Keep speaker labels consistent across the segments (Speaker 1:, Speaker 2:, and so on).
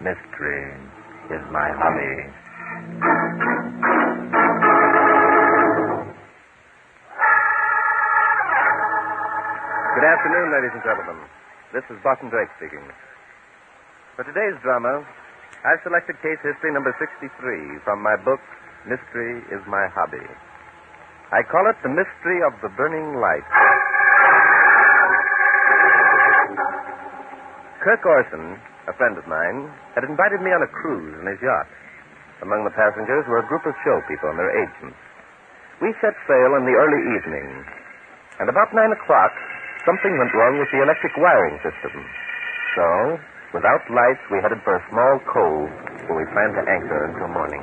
Speaker 1: Mystery is my hobby. Good afternoon, ladies and gentlemen. This is Barton Drake speaking. For today's drama, I've selected case history number 63 from my book, Mystery is My Hobby. I call it The Mystery of the Burning Light. Kirk Orson, a friend of mine, had invited me on a cruise in his yacht. Among the passengers were a group of show people and their agents. We set sail in the early evening, and about nine o'clock, something went wrong with the electric wiring system. So, without lights, we headed for a small cove where we planned to anchor until morning.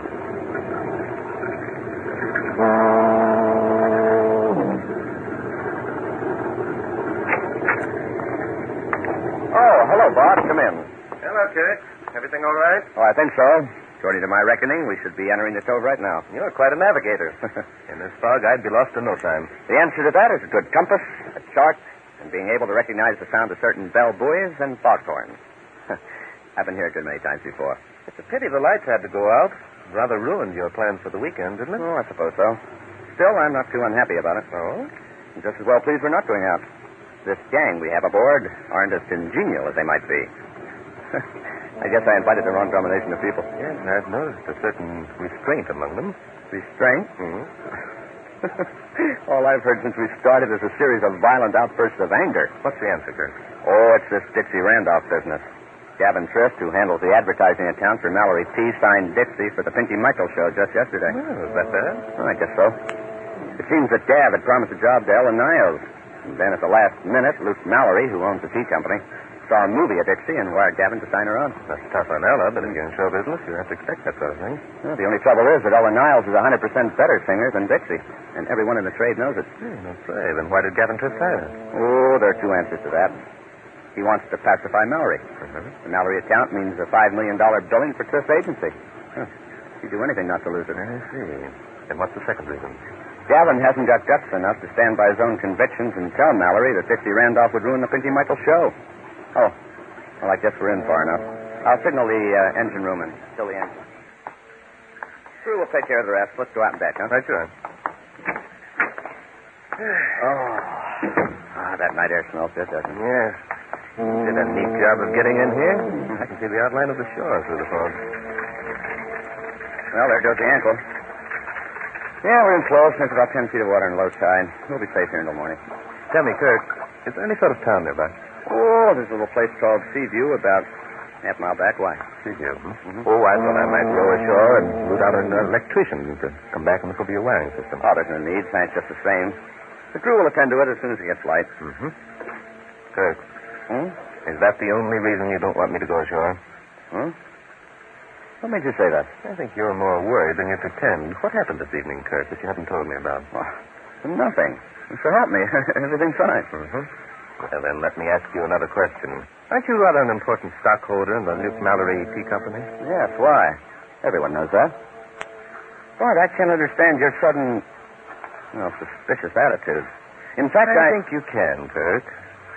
Speaker 1: Oh, hello, Bob. Come in.
Speaker 2: Hello, Kirk. Everything all right?
Speaker 1: Oh, I think so. According to my reckoning, we should be entering the cove right now.
Speaker 2: You're quite a navigator. In this fog, I'd be lost in no time.
Speaker 1: The answer to that is a good compass, a chart, and being able to recognize the sound of certain bell buoys and foghorns. I've been here a good many times before.
Speaker 2: It's a pity the lights had to go out. Rather ruined your plans for the weekend, didn't it?
Speaker 1: Oh, I suppose so. Still, I'm not too unhappy about it.
Speaker 2: Oh?
Speaker 1: I'm just as well pleased we're not going out. This gang we have aboard aren't as congenial as they might be. I guess I invited the wrong combination of people.
Speaker 2: Yes, and I've noticed a certain restraint among them.
Speaker 1: Restraint?
Speaker 2: Hmm.
Speaker 1: All I've heard since we started is a series of violent outbursts of anger.
Speaker 2: What's the answer, Kirk?
Speaker 1: Oh, it's this Dixie Randolph business. Gavin Trist, who handles the advertising account for Mallory T, signed Dixie for the Pinky Michael show just yesterday.
Speaker 2: Well, is that bad?
Speaker 1: Well, I guess so. It seems that Gav had promised a job to Ellen Niles. And then at the last minute, Luke Mallory, who owns the tea company, saw a movie at Dixie and wired Gavin to sign her on.
Speaker 2: That's tough on Ella, but if you're in show business, you have to expect that sort of thing.
Speaker 1: Well, the only trouble is that Ellen Niles is a 100% better singer than Dixie, and everyone in the trade knows it.
Speaker 2: Hmm, no say. Then why did Gavin Trist hire her?
Speaker 1: Oh, there are two answers to that. He wants to pacify Mallory.
Speaker 2: Uh-huh.
Speaker 1: The Mallory account means a $5 million billing for Trist Agency. Huh. He'd do anything not to lose it.
Speaker 2: I see. And what's the second reason?
Speaker 1: Gavin hasn't got guts enough to stand by his own convictions and tell Mallory that Dixie Randolph would ruin the Pinky Michael show. Oh, well, I guess we're in far enough. I'll signal the uh, engine room and fill the engine. Crew will take care of the rest. Let's go out and back, huh?
Speaker 2: Right, sure.
Speaker 1: Oh, ah, that night air smells good, doesn't it?
Speaker 2: Yes. Did a neat job of getting in here. I can see the outline of the shore through the fog.
Speaker 1: Well, there goes the ankle. Yeah, we're in close. There's about 10 feet of water in low tide. We'll be safe here until morning.
Speaker 2: Tell me, Kirk, is there any sort of town nearby?
Speaker 1: Oh, there's a little place called Seaview about half mile back. Why? Mm-hmm.
Speaker 2: Did you? Oh, I thought I might row ashore and root out an electrician to come back and look over your wiring system.
Speaker 1: Oh, there's no need. Thanks, just the same. The crew will attend to it as soon as it gets light.
Speaker 2: Mm-hmm. Kirk,
Speaker 1: Hmm?
Speaker 2: is that the only reason you don't want me to go ashore?
Speaker 1: Hmm? What made you say that?
Speaker 2: I think you're more worried than you pretend. What happened this evening, Kirk, that you haven't told me about?
Speaker 1: Well, nothing. So help me. Everything's fine.
Speaker 2: Mm-hmm. Well, then, let me ask you another question. Aren't you rather an important stockholder in the Luke Mallory Tea Company?
Speaker 1: Yes, why? Everyone knows that. Boy, I can't understand your sudden, well, suspicious attitude. In fact,
Speaker 2: I
Speaker 1: I...
Speaker 2: think you can, Kirk.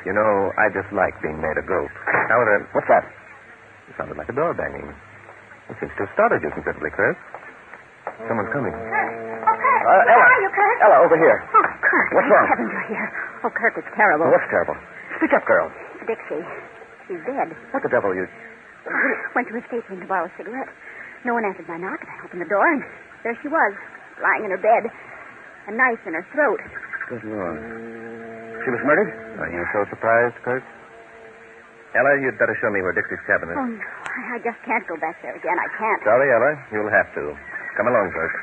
Speaker 2: You know, I dislike being made a goat. However,
Speaker 1: What's that?
Speaker 2: it sounded like a door banging. It seems to have started you considerably, Kirk. Someone's coming.
Speaker 3: Kirk. Oh, Kirk.
Speaker 1: Uh, Ella.
Speaker 3: Where are you, Kirk?
Speaker 1: Ella, over here.
Speaker 3: Oh, Kirk.
Speaker 1: What's
Speaker 3: thank
Speaker 1: wrong?
Speaker 3: heavens you're here. Oh, Kirk, it's terrible.
Speaker 1: What's terrible? Speak up, girl.
Speaker 3: Dixie. She's dead.
Speaker 1: What the devil you...
Speaker 3: Went to a stateroom to borrow a cigarette. No one answered my knock, and I opened the door, and there she was, lying in her bed, a knife in her throat.
Speaker 1: Good Lord. She was murdered?
Speaker 2: Are you so surprised, Kirk? Ella, you'd better show me where Dixie's cabin is.
Speaker 3: Oh, no. I, I just can't go back there again. I can't.
Speaker 2: Sorry, Ella. You'll have to. Come along, Kirk.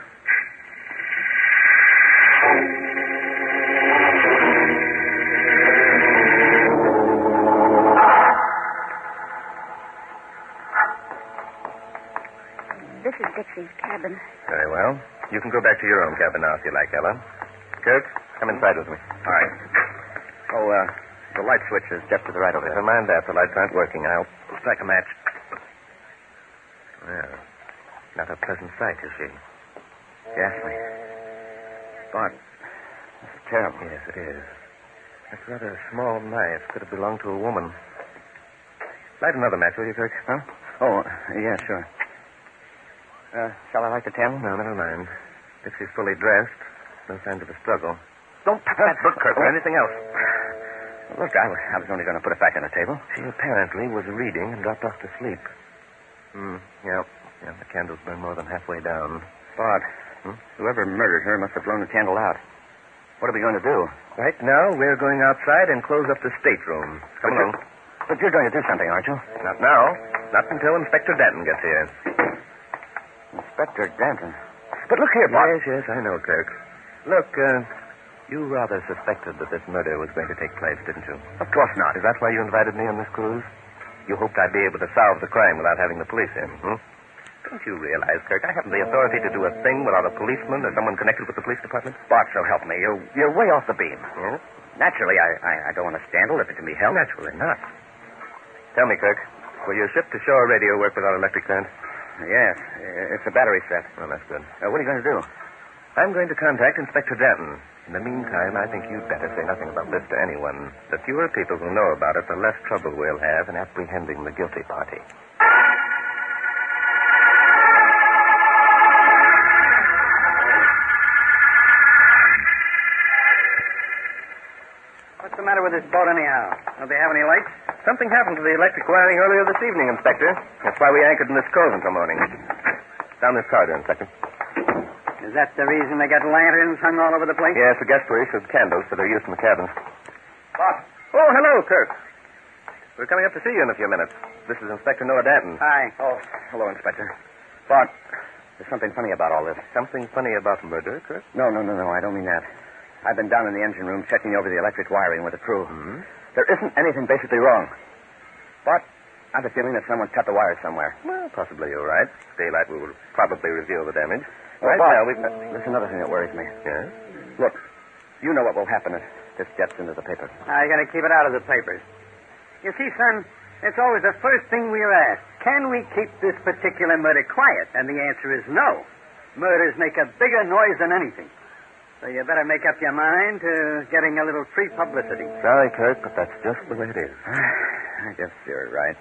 Speaker 3: cabin.
Speaker 1: Very well. You can go back to your own cabin now if you like, Ella. Kirk, come inside with me.
Speaker 4: All right. Oh, uh, the light switch is just to the right over there.
Speaker 1: Never mind that. The lights aren't working. I'll.
Speaker 4: Strike a match.
Speaker 1: Well, not a pleasant sight, is she?
Speaker 4: Ghastly. Bart, this is terrible.
Speaker 1: Yes, it is. That's rather a small knife. Could have belonged to a woman. Light another match, will you, Kirk?
Speaker 4: Huh? Oh, yeah, sure. Uh, shall I light the
Speaker 1: Oh,
Speaker 4: candle?
Speaker 1: no, never mind. If she's fully dressed, no signs of a struggle. Uh,
Speaker 4: Don't touch that book, Kirk,
Speaker 1: or
Speaker 4: anything else. Look, I was, I was only going to put it back on the table.
Speaker 1: She apparently was reading and dropped off to sleep. Hmm. Yep. Yeah, the candle's burned more than halfway down. Hmm?
Speaker 4: Bart, whoever murdered her must have blown the candle out. What are we going to do?
Speaker 1: Right now, we're going outside and close up the stateroom. Come
Speaker 4: But
Speaker 1: along.
Speaker 4: you're- But you're going to do something, aren't you?
Speaker 1: Not now. Not until Inspector Danton gets here.
Speaker 4: Inspector Danton. But look here, Bart.
Speaker 1: Yes, yes, I know, Kirk. Look, uh, you rather suspected that this murder was going to take place, didn't you?
Speaker 4: Of course not.
Speaker 1: Is that why you invited me on this cruise? You hoped I'd be able to solve the crime without having the police in, hmm? Don't you realize, Kirk, I haven't the authority to do a thing without a policeman or someone connected with the police department?
Speaker 4: Bart, so help me. You're, you're way off the beam.
Speaker 1: Hmm?
Speaker 4: Naturally, I, I, I don't want to scandal if it can be helped.
Speaker 1: Naturally not. Tell me, Kirk, will your ship-to-shore radio work without electric current?
Speaker 4: Yes, i- it's a battery set.
Speaker 1: Well, that's good.
Speaker 4: Uh, what are you going to do?
Speaker 1: I'm going to contact Inspector Danton. In the meantime, I think you'd better say nothing about this to anyone. The fewer people who know about it, the less trouble we'll have in apprehending the guilty party.
Speaker 2: What's the matter with this boat, anyhow? Don't they have any lights?
Speaker 1: Something happened to the electric wiring earlier this evening, Inspector. That's why we anchored in this cove until morning. Down this corridor, Inspector.
Speaker 2: Is that the reason they got lanterns hung all over the place?
Speaker 1: Yes, the guests were issued candles for their use in the cabin.
Speaker 2: Boss.
Speaker 1: Oh, hello, Kirk. We're coming up to see you in a few minutes. This is Inspector Noah Danton.
Speaker 2: Hi.
Speaker 4: Oh, hello, Inspector. Bart, there's something funny about all this.
Speaker 1: Something funny about murder, Kirk?
Speaker 4: No, no, no, no. I don't mean that. I've been down in the engine room checking over the electric wiring with the crew.
Speaker 1: Hmm?
Speaker 4: There isn't anything basically wrong. But I've a feeling that someone cut the wires somewhere.
Speaker 1: Well, possibly you're right. Daylight will probably reveal the damage.
Speaker 4: Oh,
Speaker 1: right
Speaker 4: Bart,
Speaker 1: now, we've...
Speaker 4: There's another thing that worries me.
Speaker 1: Yes?
Speaker 4: Look, you know what will happen if this gets into the papers.
Speaker 2: I gotta keep it out of the papers. You see, son, it's always the first thing we're asked. Can we keep this particular murder quiet? And the answer is no. Murders make a bigger noise than anything. So you better make up your mind to getting a little free publicity.
Speaker 1: Sorry, Kirk, but that's just the way it is.
Speaker 4: I guess you're right.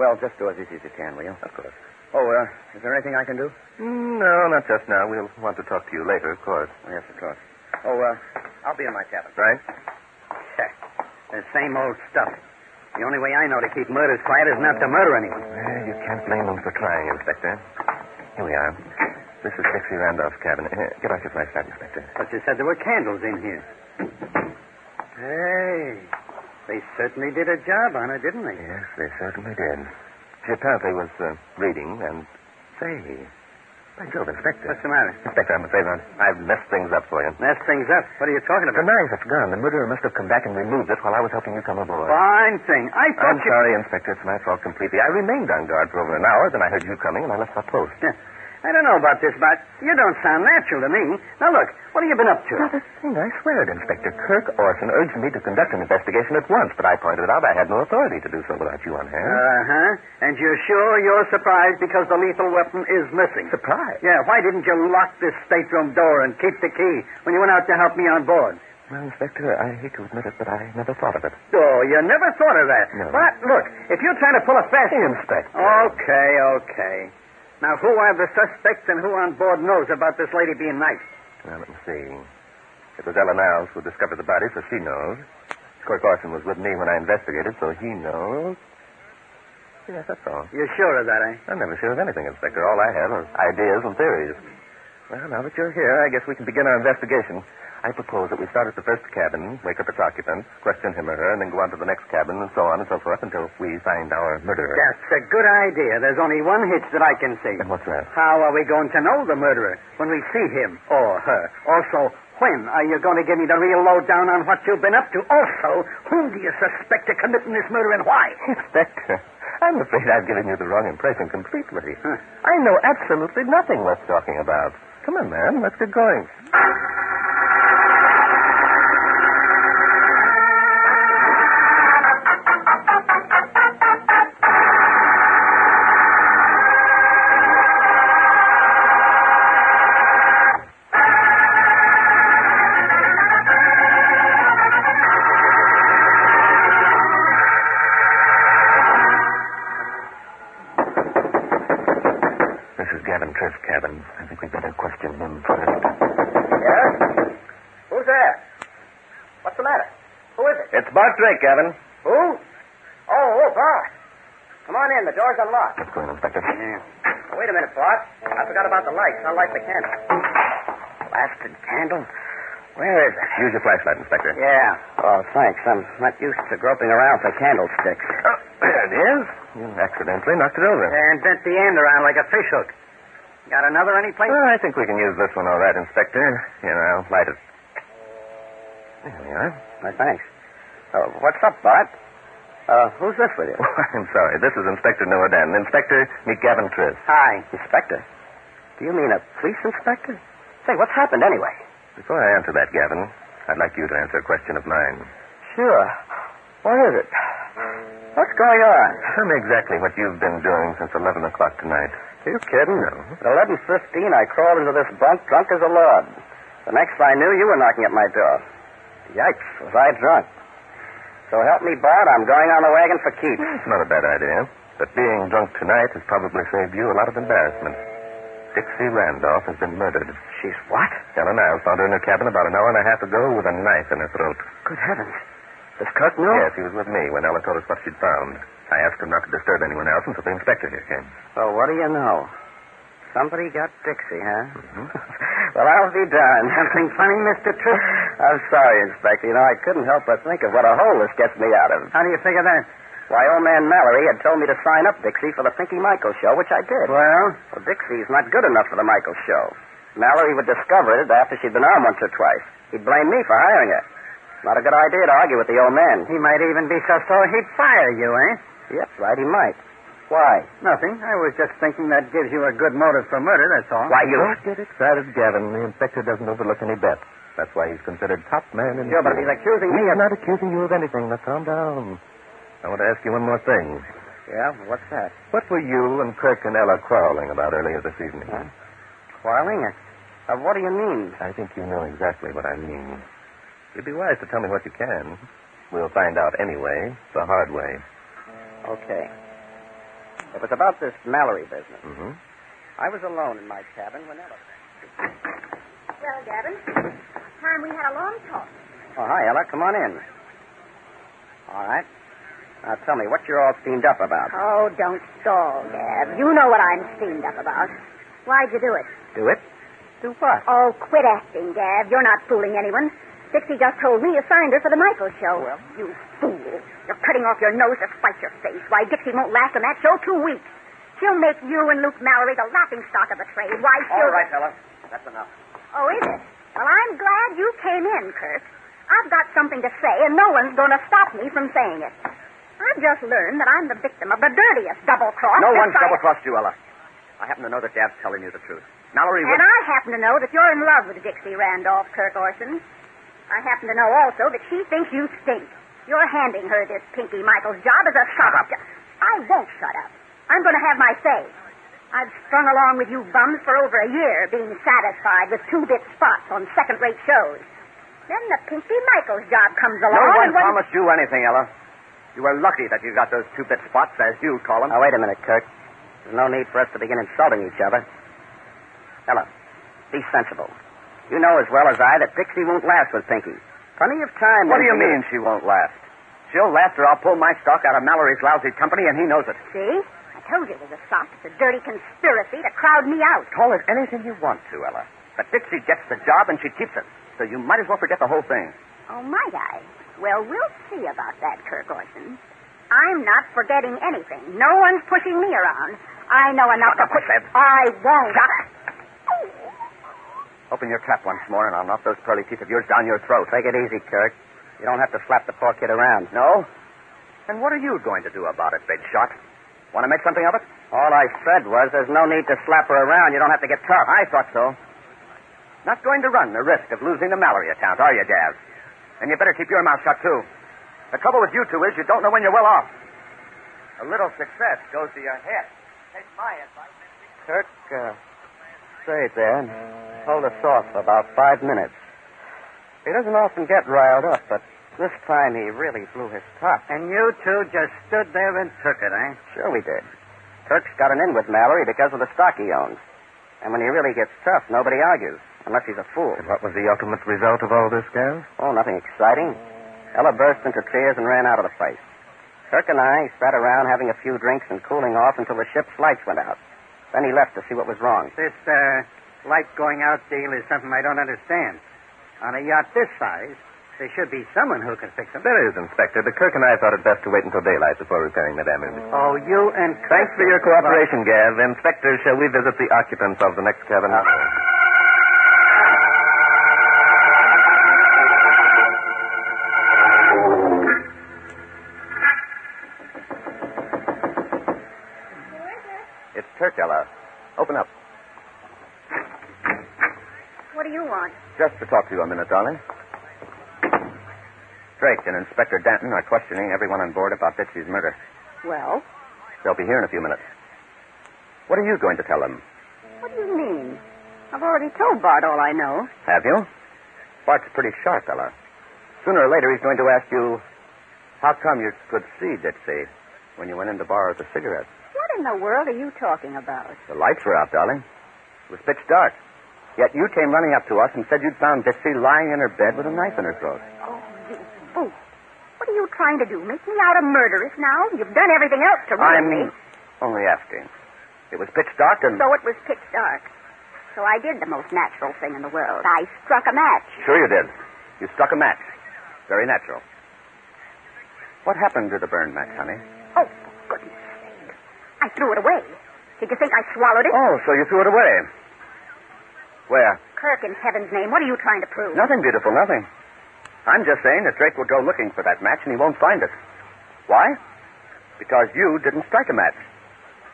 Speaker 4: Well, just do as easy as you can, will you?
Speaker 1: Of course. Mm,
Speaker 4: Oh, uh, is there anything I can do?
Speaker 1: No, not just now. We'll want to talk to you later, of course.
Speaker 4: Yes, of course. Oh, uh, I'll be in my cabin.
Speaker 1: Right?
Speaker 2: Check. The same old stuff. The only way I know to keep murders quiet is not to murder anyone.
Speaker 1: Well, you can't blame them for trying, Inspector. Here we are. This is Dixie Randolph's cabin. Here, get off your flashlight, Inspector.
Speaker 2: But you said there were candles in here. hey. They certainly did a job on her, didn't they?
Speaker 1: Yes, they certainly did. She apparently was uh, reading and... Say, by Jove, Inspector.
Speaker 2: What's the matter?
Speaker 1: Inspector, I'm afraid I've- I've messed things up for you.
Speaker 2: Mess things up. What are you talking
Speaker 1: The
Speaker 2: about?
Speaker 1: knife, it's gone. The murderer must have come back and removed it while I was helping you come aboard.
Speaker 2: Fine thing. I
Speaker 1: I'm
Speaker 2: thought you.
Speaker 1: sorry, Inspector. It's my fault completely. I remained on guard for over an hour, then I heard you coming, and I left my post.
Speaker 2: I don't know about this, but you don't sound natural to me. Now look, what have you been up to?
Speaker 1: Not a thing. I swear it, Inspector. Kirk Orson urged me to conduct an investigation at once, but I pointed out I had no authority to do so without you on hand.
Speaker 2: Uh huh. And you're sure you're surprised because the lethal weapon is missing?
Speaker 1: Uh, Surprise.
Speaker 2: Yeah. Why didn't you lock this stateroom door and keep the key when you went out to help me on board?
Speaker 1: Well, Inspector, I hate to admit it, but I never thought of it.
Speaker 2: Oh, you never thought of that.
Speaker 1: No.
Speaker 2: But look, if you're trying to pull a fast,
Speaker 1: Hey, Inspector.
Speaker 2: Okay, okay. Now, who are the suspects and who on board knows about this lady being knifed?
Speaker 1: Well, let me see. It was Ellen Niles who discovered the body, so she knows. Kirk Orson was with me when I investigated, so he knows. Yes, that's all.
Speaker 2: You're sure of that, eh?
Speaker 1: I'm never sure of anything, Inspector. All I have are ideas and theories. Well, now that you're here, I guess we can begin our investigation. I propose that we start at the first cabin, wake up its occupant, question him or her, and then go on to the next cabin, and so on and so forth until we find our murderer.
Speaker 2: That's a good idea. There's only one hitch that I can see.
Speaker 1: And what's that?
Speaker 2: How are we going to know the murderer when we see him or her? Also, when are you going to give me the real lowdown on what you've been up to? Also, whom do you suspect of committing this murder and why?
Speaker 1: Inspector, I'm afraid I've given you the wrong impression completely. I know absolutely nothing worth talking about. Come on, man. Let's get going. This is Gavin Triff's cabin. I think we'd better question him first.
Speaker 2: Yes? Who's there? What's the matter? Who is it?
Speaker 1: It's Bart Drake, Gavin.
Speaker 2: Who? Oh, oh, Bart. Come on in. The door's unlocked.
Speaker 1: Let's go in, Inspector.
Speaker 2: Now, wait a minute, Bart. I forgot about the lights. I'll light the candle. Blasted candle? Where is it?
Speaker 1: Use your flashlight, Inspector.
Speaker 2: Yeah. Oh, thanks. I'm not used to groping around for candlesticks.
Speaker 1: Oh, there it is. You accidentally knocked it over.
Speaker 5: And bent the end around like a fish hook. Got another any place?
Speaker 1: Well, I think we can use this one all right, Inspector. Here, I'll light it. There we are.
Speaker 2: Why, thanks. Uh, what's up, Bart? Uh, who's this with you?
Speaker 1: Oh, I'm sorry. This is Inspector Noadan. Inspector, meet Gavin Triss.
Speaker 2: Hi. Inspector? Do you mean a police inspector? Say, what's happened anyway?
Speaker 1: Before I answer that, Gavin, I'd like you to answer a question of mine.
Speaker 2: Sure. What is it? What's going on?
Speaker 1: Tell me exactly what you've been doing since 11 o'clock tonight.
Speaker 2: Are you kidding?
Speaker 1: No.
Speaker 2: At 11.15, I crawled into this bunk drunk as a lord. The next I knew, you were knocking at my door. Yikes, was I drunk. So help me, Bart, I'm going on the wagon for keeps.
Speaker 1: It's not a bad idea, but being drunk tonight has probably saved you a lot of embarrassment. Dixie Randolph has been murdered.
Speaker 2: She's what?
Speaker 1: Helen Niles found her in her cabin about an hour and a half ago with a knife in her throat.
Speaker 2: Good heavens. Does Kirk know?
Speaker 1: Yes, he was with me when Ella told us what she'd found. I asked him not to disturb anyone else until the inspector here came.
Speaker 2: Well, what do you know? Somebody got Dixie, huh? well, I'll be darned. Something funny, Mr. Tripp? I'm sorry, Inspector. You know, I couldn't help but think of what a hole this gets me out of.
Speaker 5: How do you figure that?
Speaker 2: Why, old man Mallory had told me to sign up Dixie for the Pinky Michael show, which I did.
Speaker 5: Well,
Speaker 2: Well, Dixie's not good enough for the Michael show. Mallory would discover it after she'd been on once or twice. He'd blame me for hiring her. Not a good idea to argue with the old man.
Speaker 5: he might even be so sore he'd fire you, eh?
Speaker 2: Yep, right, he might. Why?
Speaker 5: Nothing. I was just thinking that gives you a good motive for murder, that's all.
Speaker 2: Why, you...
Speaker 1: Don't get excited, Gavin. The inspector doesn't overlook any bets. That's why he's considered top man in
Speaker 2: Sure, but if
Speaker 1: the
Speaker 2: he's accusing me
Speaker 1: I'm
Speaker 2: of...
Speaker 1: not accusing you of anything. Now, calm down. I want to ask you one more thing.
Speaker 2: Yeah, what's that?
Speaker 1: What were you and Kirk and Ella quarreling about earlier this evening?
Speaker 2: Quarreling? Uh, uh, what do you mean?
Speaker 1: I think you know exactly what I mean. You'd be wise to tell me what you can. We'll find out anyway, the hard way.
Speaker 2: Okay. It was about this Mallory business.
Speaker 1: Mm-hmm.
Speaker 2: I was alone in my cabin when Ella...
Speaker 3: Well, Gavin, time we had a long talk.
Speaker 2: Oh, hi, Ella. Come on in. All right. Now, tell me, what you're all steamed up about?
Speaker 3: Oh, don't stall, Gav. You know what I'm steamed up about. Why'd you do it?
Speaker 2: Do it? Do what?
Speaker 3: Oh, quit acting, Gav. You're not fooling anyone. Dixie just told me you signed her for the Michael show.
Speaker 2: Well?
Speaker 3: You fool. You're cutting off your nose to spite your face. Why, Dixie won't last on that show two weeks. She'll make you and Luke Mallory the laughing stock of the trade. Why, she'll...
Speaker 2: All right, Ella. That's enough.
Speaker 3: Oh, is it? Well, I'm glad you came in, Kirk. I've got something to say, and no one's going to stop me from saying it. I've just learned that I'm the victim of the dirtiest double cross.
Speaker 2: No one's double crossed you, Ella. I happen to know that Dad's telling you the truth. Mallory was.
Speaker 3: And I happen to know that you're in love with Dixie Randolph, Kirk Orson. I happen to know also that she thinks you stink. You're handing her this Pinky Michaels job as a shut up. I won't shut up. I'm going to have my say. I've strung along with you bums for over a year, being satisfied with two-bit spots on second-rate shows. Then the Pinky Michaels job comes along.
Speaker 2: no one
Speaker 3: and when-
Speaker 2: promised you anything, Ella. You were lucky that you got those two bit spots, as you call them. Now, wait a minute, Kirk. There's no need for us to begin insulting each other. Ella, be sensible. You know as well as I that Dixie won't last with Pinky. Plenty of time.
Speaker 5: What do
Speaker 2: then
Speaker 5: you
Speaker 2: for
Speaker 5: mean
Speaker 2: she won't last? She'll last, or I'll pull my stock out of Mallory's lousy company, and he knows it.
Speaker 3: See? I told you it was a sock. It's a dirty conspiracy to crowd me out.
Speaker 2: Call it anything you want to, Ella. But Dixie gets the job and she keeps it. So you might as well forget the whole thing.
Speaker 3: Oh, might I? Well, we'll see about that, Kirk Orson. I'm not forgetting anything. No one's pushing me around. I know enough
Speaker 2: Shut
Speaker 3: to
Speaker 2: up,
Speaker 3: put.
Speaker 2: I said.
Speaker 3: I won't.
Speaker 2: Open your trap once more, and I'll knock those pearly teeth of yours down your throat. Take it easy, Kirk. You don't have to slap the poor kid around. No? Then what are you going to do about it, big shot? Want to make something of it? All I said was there's no need to slap her around. You don't have to get tough. I thought so. Not going to run the risk of losing the Mallory account, are you, Daz? And you better keep your mouth shut, too. The trouble with you two is you don't know when you're well off. A little success goes to your head. Take my advice. Kirk, uh, straight there. Hold us off for about five minutes. He doesn't often get riled up, but this time he really blew his top.
Speaker 5: And you two just stood there and took it, eh?
Speaker 2: Sure we did. Kirk's got an in with Mallory because of the stock he owns. And when he really gets tough, nobody argues, unless he's a fool.
Speaker 1: What was the ultimate result of all this, Gaz?
Speaker 2: Oh, nothing exciting. Ella burst into tears and ran out of the place. Kirk and I sat around having a few drinks and cooling off until the ship's lights went out. Then he left to see what was wrong.
Speaker 5: This uh, light going out deal is something I don't understand. On a yacht this size, there should be someone who can fix them.
Speaker 1: There is, Inspector. The Kirk and I thought it best to wait until daylight before repairing the damage.
Speaker 5: Oh, you and Kirk.
Speaker 1: Thanks for your cooperation, Gav. Inspector, shall we visit the occupants of the next cabin?
Speaker 5: Oh.
Speaker 1: It's Kirk, Ella. Open up.
Speaker 3: What do you want?
Speaker 1: Just to talk to you a minute, darling. Drake and Inspector Danton are questioning everyone on board about Bitsy's murder.
Speaker 3: Well,
Speaker 1: They'll be here in a few minutes. What are you going to tell them?
Speaker 3: what do you mean? I've already told Bart all I know.
Speaker 1: Have you? Bart's pretty sharp, Ella. Sooner or later, he's going to ask you, how come you could see Dixie when you went in to borrow the cigarette?
Speaker 3: What in the world are you talking about?
Speaker 1: The lights were out, darling. It was pitch dark. Yet you came running up to us and said you'd found Dixie lying in her bed with a knife in her throat.
Speaker 3: Oh, you fool. What are you trying to do? Make me out a murderess now? You've done everything else to ruin
Speaker 1: I'm
Speaker 3: me.
Speaker 1: only asking. It was pitch dark and...
Speaker 3: So it was pitch dark. So I did the most natural thing in the world. I struck a match.
Speaker 1: Sure you did. You struck a match. Very natural. What happened to the burn match, honey?
Speaker 3: Oh, for goodness sake. I threw it away. Did you think I swallowed it?
Speaker 1: Oh, so you threw it away. Where?
Speaker 3: Kirk, in heaven's name, what are you trying to prove?
Speaker 1: Nothing, beautiful, nothing. I'm just saying that Drake will go looking for that match and he won't find it. Why? Because you didn't strike a match.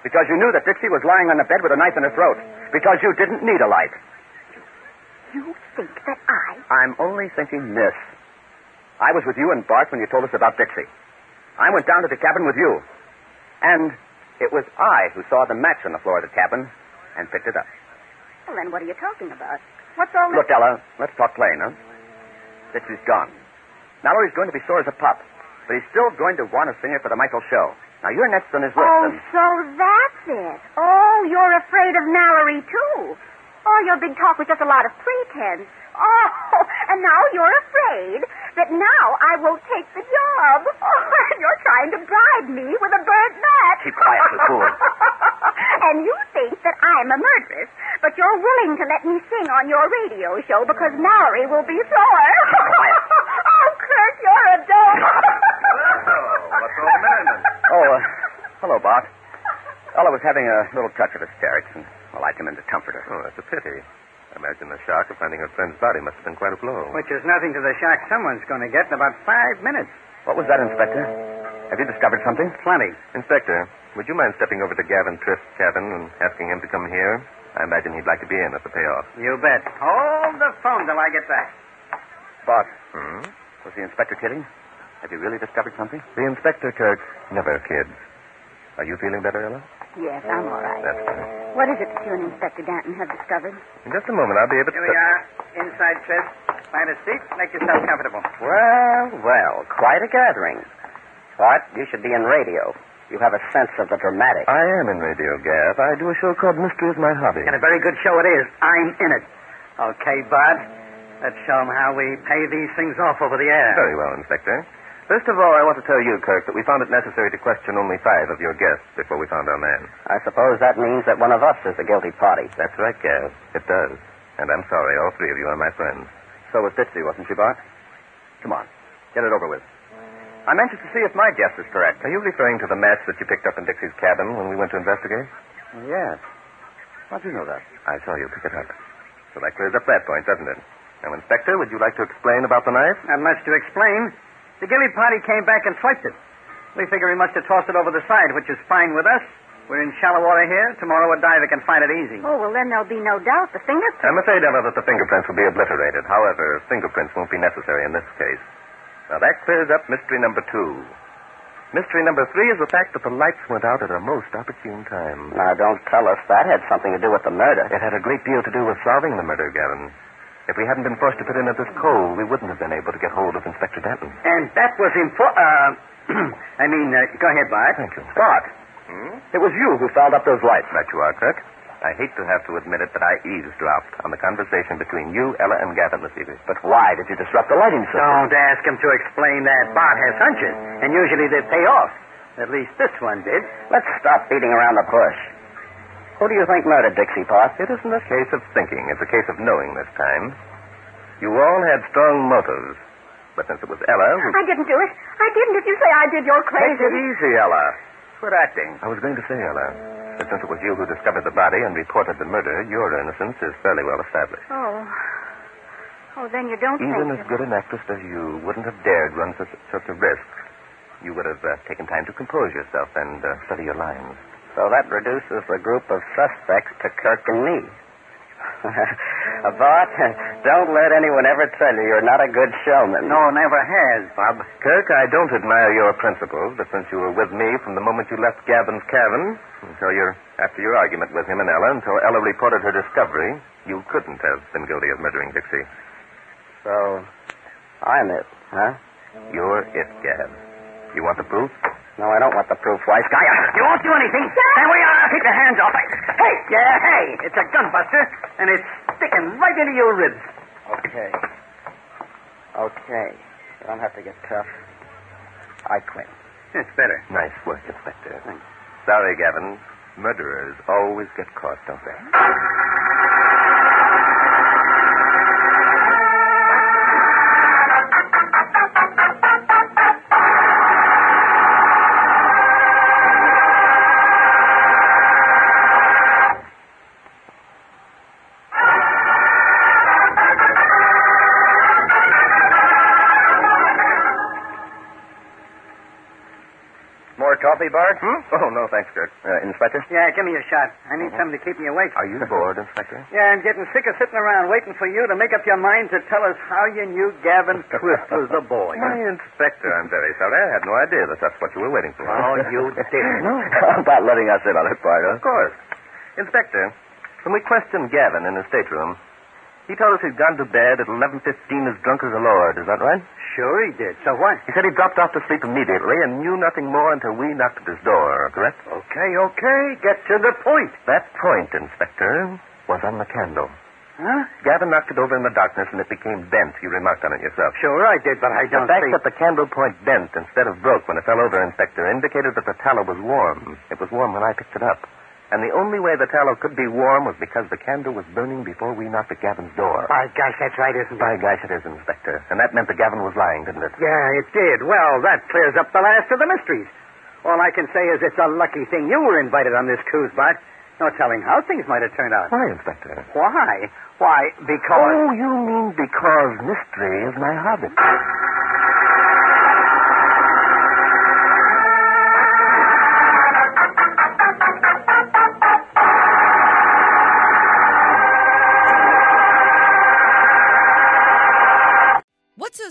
Speaker 1: Because you knew that Dixie was lying on the bed with a knife in her throat. Because you didn't need a light.
Speaker 3: You think that I.
Speaker 1: I'm only thinking this. I was with you and Bart when you told us about Dixie. I went down to the cabin with you. And it was I who saw the match on the floor of the cabin and picked it up.
Speaker 3: Well, then what are you talking about? What's all this?
Speaker 1: Look, Ella, let's talk plain, huh? Dixie's gone. Mallory's going to be sore as a pup, but he's still going to want to sing her for the Michael show. Now, you're next on his list.
Speaker 3: oh,
Speaker 1: and-
Speaker 3: so that's it. Oh, you're afraid of Mallory, too. All your big talk was just a lot of pretense. Oh, and now you're afraid that now I will take the job. Oh, and you're trying to bribe me with a burnt match.
Speaker 1: Keep quiet, you fool.
Speaker 3: and you think that I'm a murderess, but you're willing to let me sing on your radio show because Mallory will be sore. oh, Kirk, you're a dope.
Speaker 1: what's all the matter? Oh, uh, hello, Bart. Ella was having a little touch of hysterics, and well, I came in to comfort her. Oh, that's a pity. I imagine the shock of finding her friend's body must have been quite a blow.
Speaker 5: Which is nothing to the shock someone's going to get in about five minutes.
Speaker 1: What was that, Inspector? Have you discovered something?
Speaker 5: Plenty.
Speaker 1: Inspector, would you mind stepping over to Gavin Triff's cabin and asking him to come here? I imagine he'd like to be in at the payoff.
Speaker 5: You bet. Hold the phone till I get back.
Speaker 1: Bart. Hmm? Was the inspector kidding? Have you really discovered something? The inspector, Kirk, never kids. Are you feeling better, Ella?
Speaker 3: Yes, I'm all right.
Speaker 1: That's good.
Speaker 3: What is it that you and Inspector Danton have discovered?
Speaker 1: In just a moment, I'll be able to.
Speaker 5: Here we are. Inside, Chris. Find a seat. Make yourself comfortable.
Speaker 2: Well, well, quite a gathering. Bart, you should be in radio. You have a sense of the dramatic.
Speaker 1: I am in radio, Gav. I do a show called Mystery is My Hobby.
Speaker 5: And a very good show it is. I'm in it. Okay, Bud. Let's show 'em how we pay these things off over the air.
Speaker 1: Very well, Inspector. First of all, I want to tell you, Kirk, that we found it necessary to question only five of your guests before we found our man.
Speaker 2: I suppose that means that one of us is the guilty party.
Speaker 1: That's right, Gav. It does. And I'm sorry, all three of you are my friends. So was Dixie, wasn't she, Bart? Come on. Get it over with. I'm anxious to see if my guess is correct. Are you referring to the match that you picked up in Dixie's cabin when we went to investigate? Yes. Oh, How'd you know that? I saw you pick it up. So that clears up that point, doesn't it? Now, Inspector, would you like to explain about the knife?
Speaker 5: Not much to explain. The guilty party came back and swiped it. We figure he must have tossed it over the side, which is fine with us. We're in shallow water here. Tomorrow a diver can find it easy.
Speaker 3: Oh, well, then there'll be no doubt. The fingerprints.
Speaker 1: I'm afraid, Ella, that the fingerprints will be obliterated. However, fingerprints won't be necessary in this case. Now, that clears up mystery number two. Mystery number three is the fact that the lights went out at a most opportune time.
Speaker 2: Now, don't tell us that had something to do with the murder.
Speaker 1: It had a great deal to do with solving the murder, Gavin. If we hadn't been forced to put in at this coal, we wouldn't have been able to get hold of Inspector Denton.
Speaker 5: And that was important. Uh, I mean, uh, go ahead, Bart.
Speaker 1: Thank you. Hmm?
Speaker 2: Scott,
Speaker 1: It was you who fouled up those lights. That you are, Kirk. I hate to have to admit it, but I eavesdropped on the conversation between you, Ella, and Gavin this evening.
Speaker 2: but why did you disrupt the lighting system?
Speaker 5: Don't ask him to explain that. Bart has hunches, and usually they pay off. At least this one did.
Speaker 2: Let's stop beating around the bush. Who do you think murdered Dixie Potts?
Speaker 1: It isn't a case of thinking. It's a case of knowing this time. You all had strong motives. But since it was Ella who...
Speaker 3: I didn't do it. I didn't. If you say I did, you're
Speaker 1: Take it
Speaker 3: crazy.
Speaker 1: easy, Ella.
Speaker 5: Quit acting.
Speaker 1: I was going to say, Ella, that since it was you who discovered the body and reported the murder, your innocence is fairly well established.
Speaker 3: Oh. Oh, then you don't
Speaker 1: Even
Speaker 3: think.
Speaker 1: as good an actress as you wouldn't have dared run such, such a risk. You would have uh, taken time to compose yourself and uh, study your lines.
Speaker 2: So that reduces the group of suspects to Kirk and me. Uh, Bart, don't let anyone ever tell you you're not a good showman.
Speaker 5: No, never has, Bob.
Speaker 1: Kirk, I don't admire your principles, but since you were with me from the moment you left Gavin's cabin until your after your argument with him and Ella, until Ella reported her discovery, you couldn't have been guilty of murdering Dixie.
Speaker 2: So, I'm it, huh?
Speaker 1: You're it, Gav. You want the proof?
Speaker 2: No, I don't want the proof, wise guy.
Speaker 5: You won't do anything. There we are. Keep your hands off it. Hey, yeah, hey. It's a gunbuster, and it's sticking right into your ribs.
Speaker 2: Okay. Okay. You don't have to get tough. I quit.
Speaker 5: It's better.
Speaker 1: Nice work, Inspector. Thanks. Sorry, Gavin. Murderers always get caught, don't they?
Speaker 2: More coffee, Bart?
Speaker 1: Oh, no, thanks, Kirk. Uh, Inspector?
Speaker 5: Hmm? Yeah, give me a shot. I need something to keep me awake.
Speaker 1: Are you bored, Inspector?
Speaker 5: Yeah, I'm getting sick of sitting around waiting for you to make up your mind to tell us how you knew Gavin Twist was the boy.
Speaker 1: Why, Inspector, I'm very sorry. I had no idea that that's what you were waiting for.
Speaker 5: Oh, you didn't.
Speaker 1: How about letting us in on it, Bardo? Of course. Inspector, when we questioned Gavin in his stateroom, he told us he'd gone to bed at 11.15 as drunk as a lord. Is that right?
Speaker 5: Sure he did. So what?
Speaker 1: He said he dropped off to sleep immediately and knew nothing more until we knocked at his door, correct?
Speaker 5: Okay, okay. Get to the point.
Speaker 1: That point, Inspector, was on the candle.
Speaker 5: Huh?
Speaker 1: Gavin knocked it over in the darkness and it became bent. You remarked on it yourself.
Speaker 5: Sure I did, but I
Speaker 1: The
Speaker 5: don't
Speaker 1: fact
Speaker 5: think...
Speaker 1: that the candle point bent instead of broke when it fell over, Inspector, indicated that the tallow was warm. It was warm when I picked it up. And the only way the tallow could be warm was because the candle was burning before we knocked at Gavin's door.
Speaker 5: By gosh, that's right, isn't
Speaker 1: By gosh, it is, Inspector. And that meant that Gavin was lying, didn't it?
Speaker 5: Yeah, it did. Well, that clears up the last of the mysteries. All I can say is it's a lucky thing you were invited on this cruise, Bart. No telling how things might have turned out.
Speaker 1: Why, Inspector?
Speaker 5: Why? Why? Because.
Speaker 1: Oh, you mean because mystery is my hobby.
Speaker 6: What's so